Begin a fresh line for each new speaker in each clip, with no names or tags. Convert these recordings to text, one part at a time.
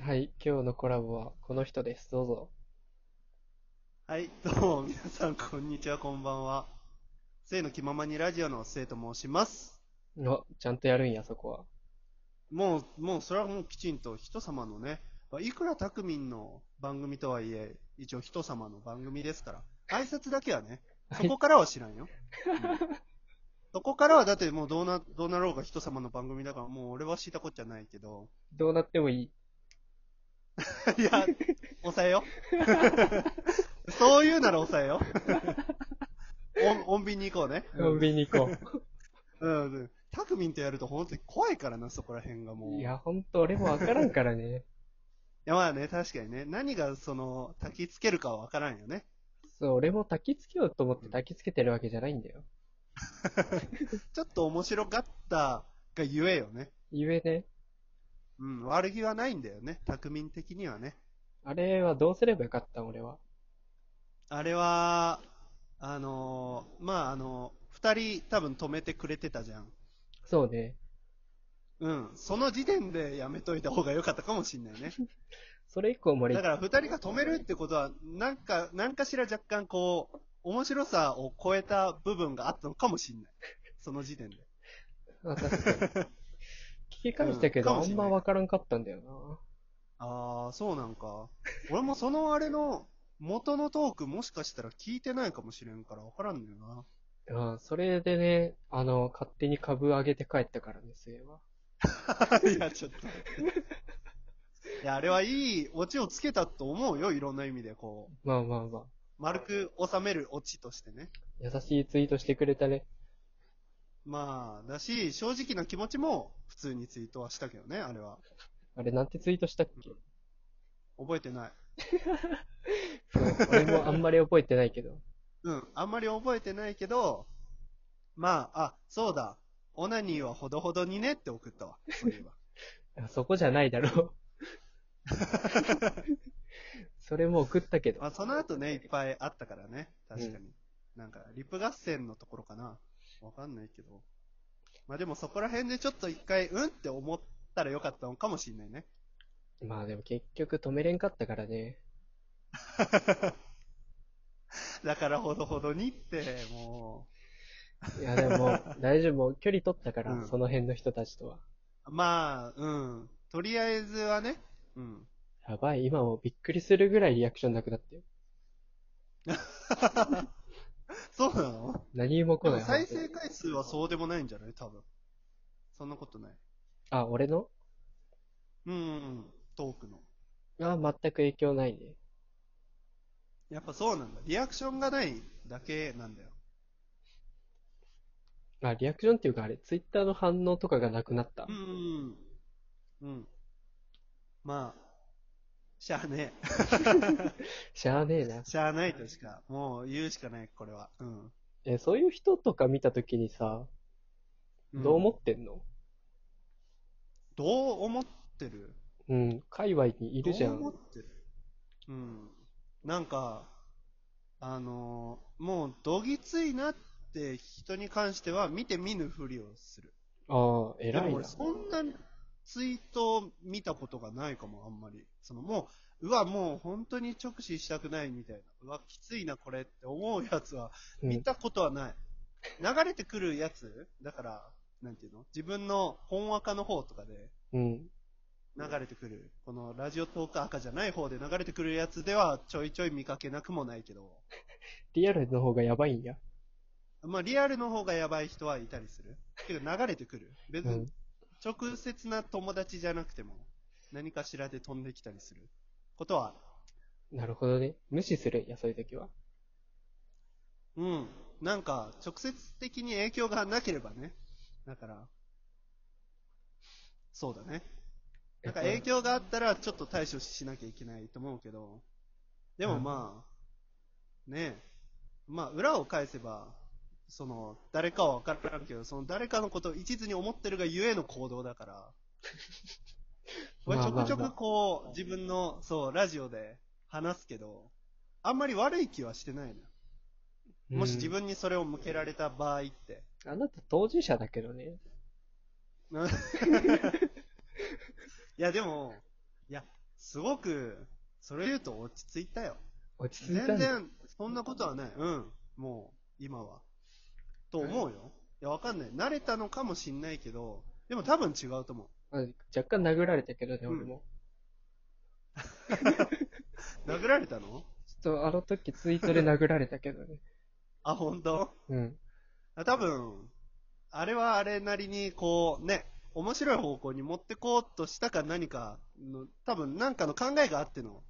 はい、今日のコラボはこの人です。どうぞ。
はい、どうも、皆さん、こんにちは、こんばんは。生の気ままにラジオの生と申します。
あ、ちゃんとやるんや、そこは。
もう、もう、それはもうきちんと人様のね、まあいくらたくみんの番組とはいえ、一応人様の番組ですから、挨拶だけはね、そこからは知らんよ。うんそこからはだってもうどうな、どうなろうが人様の番組だから、もう俺は知ったこっちゃないけど。
どうなってもいい。
いや、抑えよ。そう いうなら抑えよ。お、穏便に行こうね。
コンビニ行こ
うんうん。タクミンとやると本当に怖いからな、そこら辺がもう。
う。い
いや、
や、ほんと、俺もわからんからね。
まあね、確かにね。何がその、焚きつけるかはわからんよね。
そう、俺も焚きつけようと思って焚きつけてるわけじゃないんだよ。
ちょっと面白かったがゆえよね。
ゆえね、
うん、悪気はないんだよね。タクミン的にはね。
あれはどうすればよかったん俺は。
あれは、あのーまああの二人多分止めてくれてたじゃん。
そうね。
うん、その時点でやめといた方が良かったかもしんないね。
それ以降も俺
だ、から二人が止めるってことは、なんか、なんかしら若干こう、面白さを超えた部分があったのかもしんない。その時点で。
あ確 かに。聞き返したけど、
うんかも
あ
し
ん
れない
まわからんかったんだよな。
ああ、そうなんか。俺もそのあれの元のトークもしかしたら聞いてないかもしれんから分からんのよな。
うん、それでね、あの、勝手に株上げて帰ったからね、それは。
いや、ちょっと待って。いや、あれはいいオチをつけたと思うよ、いろんな意味で。こう、
まあまあまあ。
丸く収めるオチとしてね。
優しいツイートしてくれたね。
まあ、だし、正直な気持ちも普通にツイートはしたけどね、あれは。
あれ、なんてツイートしたっけ
覚えてない。
そう俺もあんまり覚えてないけど。
うん、あんまり覚えてないけど、まあ、あ、そうだ。オナニーはほどほどにねって送ったわ。そういえば。
あそこじゃないだろう。それも送ったけど
ま。あ、その後ね、いっぱいあったからね。確かに。なんか、リップ合戦のところかな。わかんないけど。まあでもそこら辺でちょっと一回、うんって思ったらよかったのかもしんないね。
まあでも結局止めれんかったからね。
だからほどほどにって、も
いやでも、大丈夫。もう距離取ったか
う
ら、
ん
その辺の人たちとは。
う。まあ、うん。とりあえずはね。うん。
やばい、今もうびっくりするぐらいリアクションなくなってる。
そうなの
何も来
で
な
も
い。
再
本
生回数はそうでもないんじゃない多分。そんなことない。
当にあ、俺の
うんうんうん、トークの。
あ、全く影響ないね。
やっぱそうなんだ。リアクションがないだけなんだよ。
あ、リアクションっていうかあれ、ツイッターの反応とかがなくなった
うん。うんうん。うん。まあ、しゃあね
しゃあねえな
え。。しゃあないとしか、もう言うしかない、これは。うん。
え、そういう人とか見たときにさ、
ん
どう思ってんの
どう思ってる
うん、界隈にいるじゃ
どう思
ん。
ってるうん。なんか、あのーもうどぎついなって人に関しては見て見ぬふりをする。
ああ、
で
偉
も
い
俺
な。
そんなツイートを見たことがないかも、あんまり。そのもう、うわ、もう本当に直視したくないみたいな。うわ、きついな、これって思うやつは
うん
見たことはない。流れてくるやつだから、なんていうの自分の本赤の方とかで
うん。
流れてくる。このラジオトーク赤じゃない方で流れてくるやつではちょいちょい見かけなくもないけど。
リアルの方がやばいんや。
まあ、リアルの方がやばい人はいたりする。けど流れてくる。別
う
に
ん。
直接な友達じゃなくても、何かしらで飛んできたりすることは、
なるほどね。無視するんや、そういう時は。
うん、なんか、直接的に影響がなければね。だから、そうだね。なんか影響があったら、ちょっと対処しなきゃいけないと思うけど、でもまあ、ねえ、まあ、裏を返せば、その、誰かは分からんけど、その誰かのことを一途に思ってるがゆえの行動だ から、これち
まあ
ょくちょ
まあまあ
くこう、自分の、そう、ラジオで話すけど、あんまり悪い気はしてないのよ。もし自分にそれを向けられた場合って。
うん。あなた当事者だけどね。
いや、でも、いや、すごく、それ言うと落ち着いたよ。
落ち着いた
全
んだ。
然、そんなことはない。うん。もう、今は。と思うよ。いや、わかんない。慣れたのかもしんないけど、でも多分違うと思
まあ若干殴られたけどね、
うん
俺も。
う。殴られたの
ちょっとあの時ツイートで殴られたけどね。
あ、本当
うん。
あ多分、あれはあれなりに、こう、ね、面白い方向に持ってこうとしたか何かの、多分なんかの考えがあっての、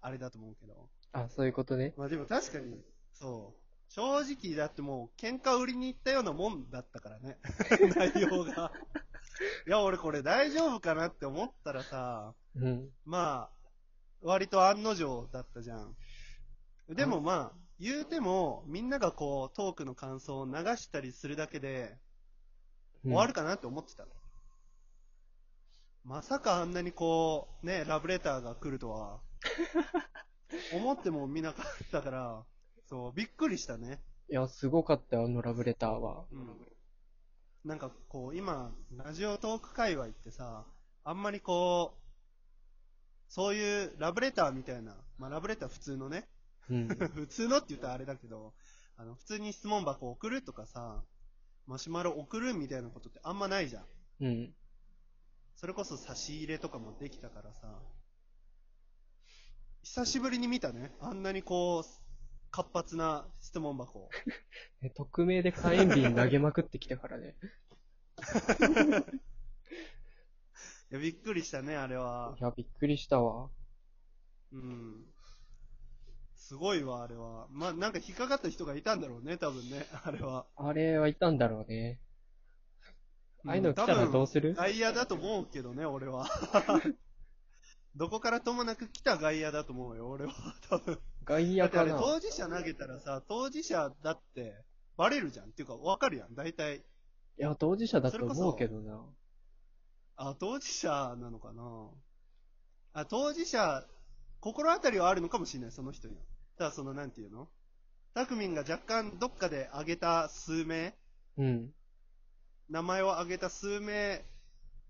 あれだと思うけど。
あ、そういうことね。
まあでも確かに、そう。正直だってもう喧嘩売りに行ったようなもんだったからね。内容が。いや、俺これ大丈夫かなって思ったらさ、
うん。
まあ、割と案の定だったじゃん。でもまあ、言うても、みんながこう、トークの感想を流したりするだけで、終わるかなって思ってたの。まさかあんなにこう、ね、ラブレターが来るとは、思っても見なかったから、そう、びっくりしたね。
いや、すごかったよ、あのラブレターは。
うん。なんかこう、今、ラジオトーク界隈ってさ、あんまりこう、そういうラブレターみたいな、まあラブレター普通のね、
うん。
普通のって言ったらあれだけど、あの、普通に質問箱送るとかさ、マシュマロ送るみたいなことってあんまないじゃん。
うん。
それこそ差し入れとかもできたからさ、久しぶりに見たね。あんなにこう、活発な質問箱。
え匿名で火炎瓶投げまくってきたからね。
いや、びっくりしたね、あれは。
いや、びっくりしたわ。
うん。すごいわ、あれは。まあ、なんか引っかかった人がいたんだろうね、多分ね、あれは。
あれはいたんだろうね。ああいうの来た
う
ら
ん
どうする
外野だと思うけどね、俺 は。どこからともなく来た外野だと思うよ、俺は。多分。
外
だ
野
って
か
あれ、
な
当事者投げたらさ、当事者だって、バレるじゃん。っていうか、わかるやん、大体。
いや、当事者だ
そ
と
れこそ
思うけどな。
あ、当事者なのかなあ、当事者、心当たりはあるのかもしれない、その人には。ただ、その、なんていうのたくみんが若干どっかで挙げた数名、
うん。
名前を挙げた数名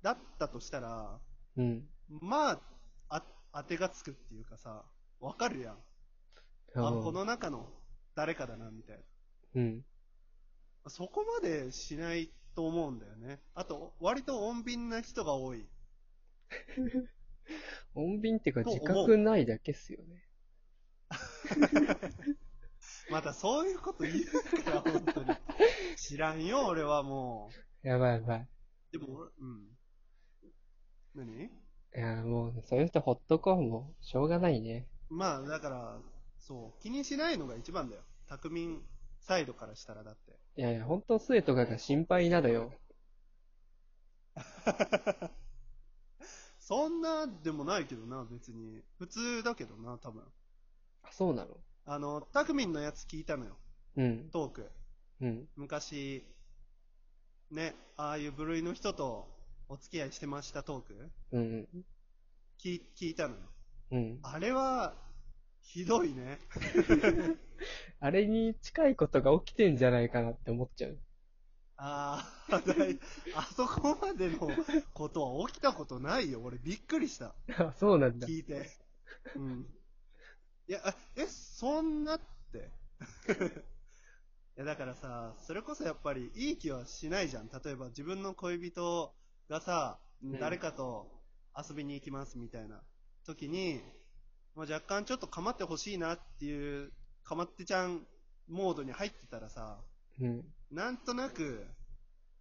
だったとしたら、
うん。
まあ、あ、当てがつくっていうかさ、わかるやん。あ、この中の誰かだな、みたいな。
うん。
そこまでしないと思うんだよね。あと、割と穏便な人が多い。
穏便っていうか
と
自
思う
覚ないだけっすよね。
またそういうこと言うから、本当に。知らんよ、俺はも
やばいやばい。
う。でも、俺うん。何
いや、もう、そういう人ほっとこう。もう、しょうがないね。
まあ、だから、そう、気にしないのが一番だよ。匠サイドからしたらだ って。
いやいや、ほんと末とかが心配なのよ。
そんなでもないけどな、別に。普通だけどな、多分。
あ、そうなの
あの、たくみんのやつ聞いたのよ、
うん。
トーク。
うん。
昔、ね、ああいう部類の人とお付き合いしてましたトーク
うん。
聞い聞いたのよ。
うん。
あれは、ひどいね。
あれに近いことが起きてんじゃないかなって思っちゃう。
ああ、だいあそこまでのことは起きたことないよ。俺びっくりした。
あ、そうなんだ。
聞 いて。うん。いや、あえ、そんなって。 いや、だからさ、それこそやっぱりいい気はしないじゃん。例えば自分の恋人がさ、
ん
誰かと遊びに行きますみたいな時に、まあ、若干ちょっと構ってほしいなっていう、かまってちゃんモードに入ってたらさ、
うん。
なんとなく、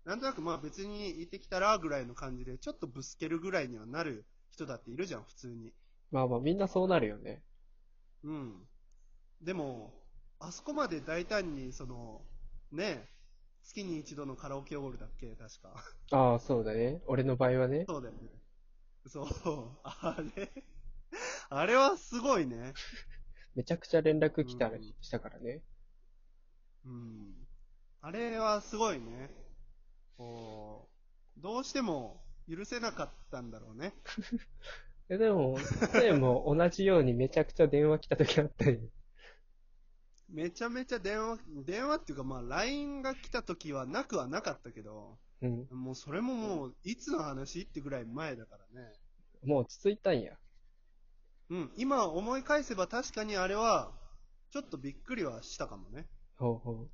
なんとなくまあ別に行ってきたらぐらいの感じで、ちょっとぶつけるぐらいにはなる人だっているじゃん、普通に。
まあまあ、みんなそうなるよね。
うん。でも、あそこまで大胆に、その、ねえ、月に一度のカラオケオールだっけ確か。
ああ、そうだね。俺の場合はね。
そうだよね。そう。あれ、あれはすごいね。
めちゃくちゃ連絡来た
うん、
したからね。
うん。あれはすごいね。こう、どうしても許せなかったんだろうね。
え、でも、でも同じようにめちゃくちゃ電話来た時あったり。
めちゃめちゃ電話、電話っていうかまあ LINE が来た時はなくはなかったけど、
うん。
もうそれももういつの話ってぐらい前だからね。
もう落ち着いたんや。
うん、今思い返せば確かにあれは、ちょっとびっくりはしたかもね。
ほうほう。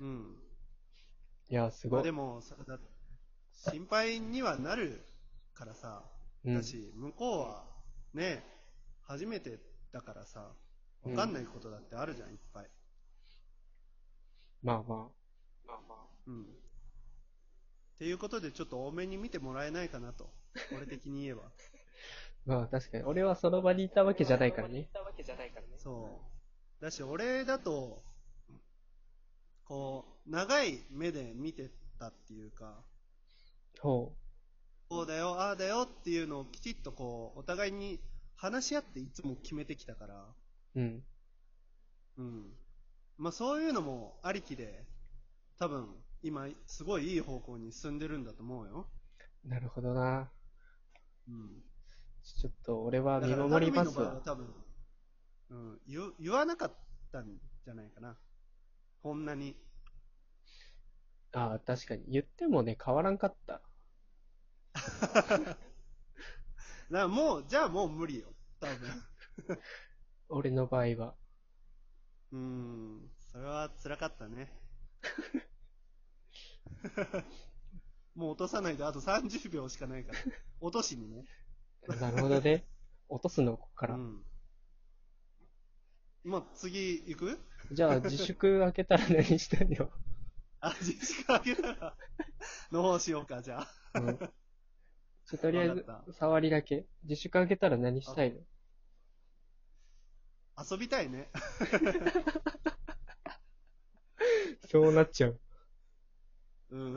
うん。
いや、す
ま
ご
あで
い。
もさだ心配にはなるからさ、
うん
だ。し、向こうはね、初めてだからさ、わかんないことだってあるじゃん、いっぱい。
まあまあ。まあまあ。
うん。っていうことで、ちょっと多めに見てもらえないかなと、俺的に言 えば。
まあ確かに、俺はその場にいたわけじゃないからね。
そう。だし、俺だと、こう、長い目で見てたっていうか、
ほ
こうだよ、ああだよっていうのをきちっとこう、お互いに話し合っていつも決めてきたから、
う。うん。
うん。まあそういうのもありきで、多分、今、すごいいい方向に進んでるんだと思うよ。
なるほどな。
うん。
ちょっと俺は
だか
見
ら
守りま
ナ
す
ルミの場合は
わ。
多分、うん、言う言わなかったんじゃないかな。こん なに。
ああ、確かに。言ってもね、変わらんかった。
だからもう、じゃあもう無理よ。多分。
俺の場合は。
うん。それは辛かっ たね。もう落とさないとあと30秒しかないから。落としにね。
なるほど ね。落とすの、ここか
う
ら。
ん。まあ、次行く
じゃあ、自粛開けたら何したんよ。
あ、自粛あげた ら、の方しようか、じゃあ。
うんちょとりあえ
わ
ず
かっ、
触りだけ。自粛開けたら何したいの
遊びたいね。
そうなっちゃう。
うん。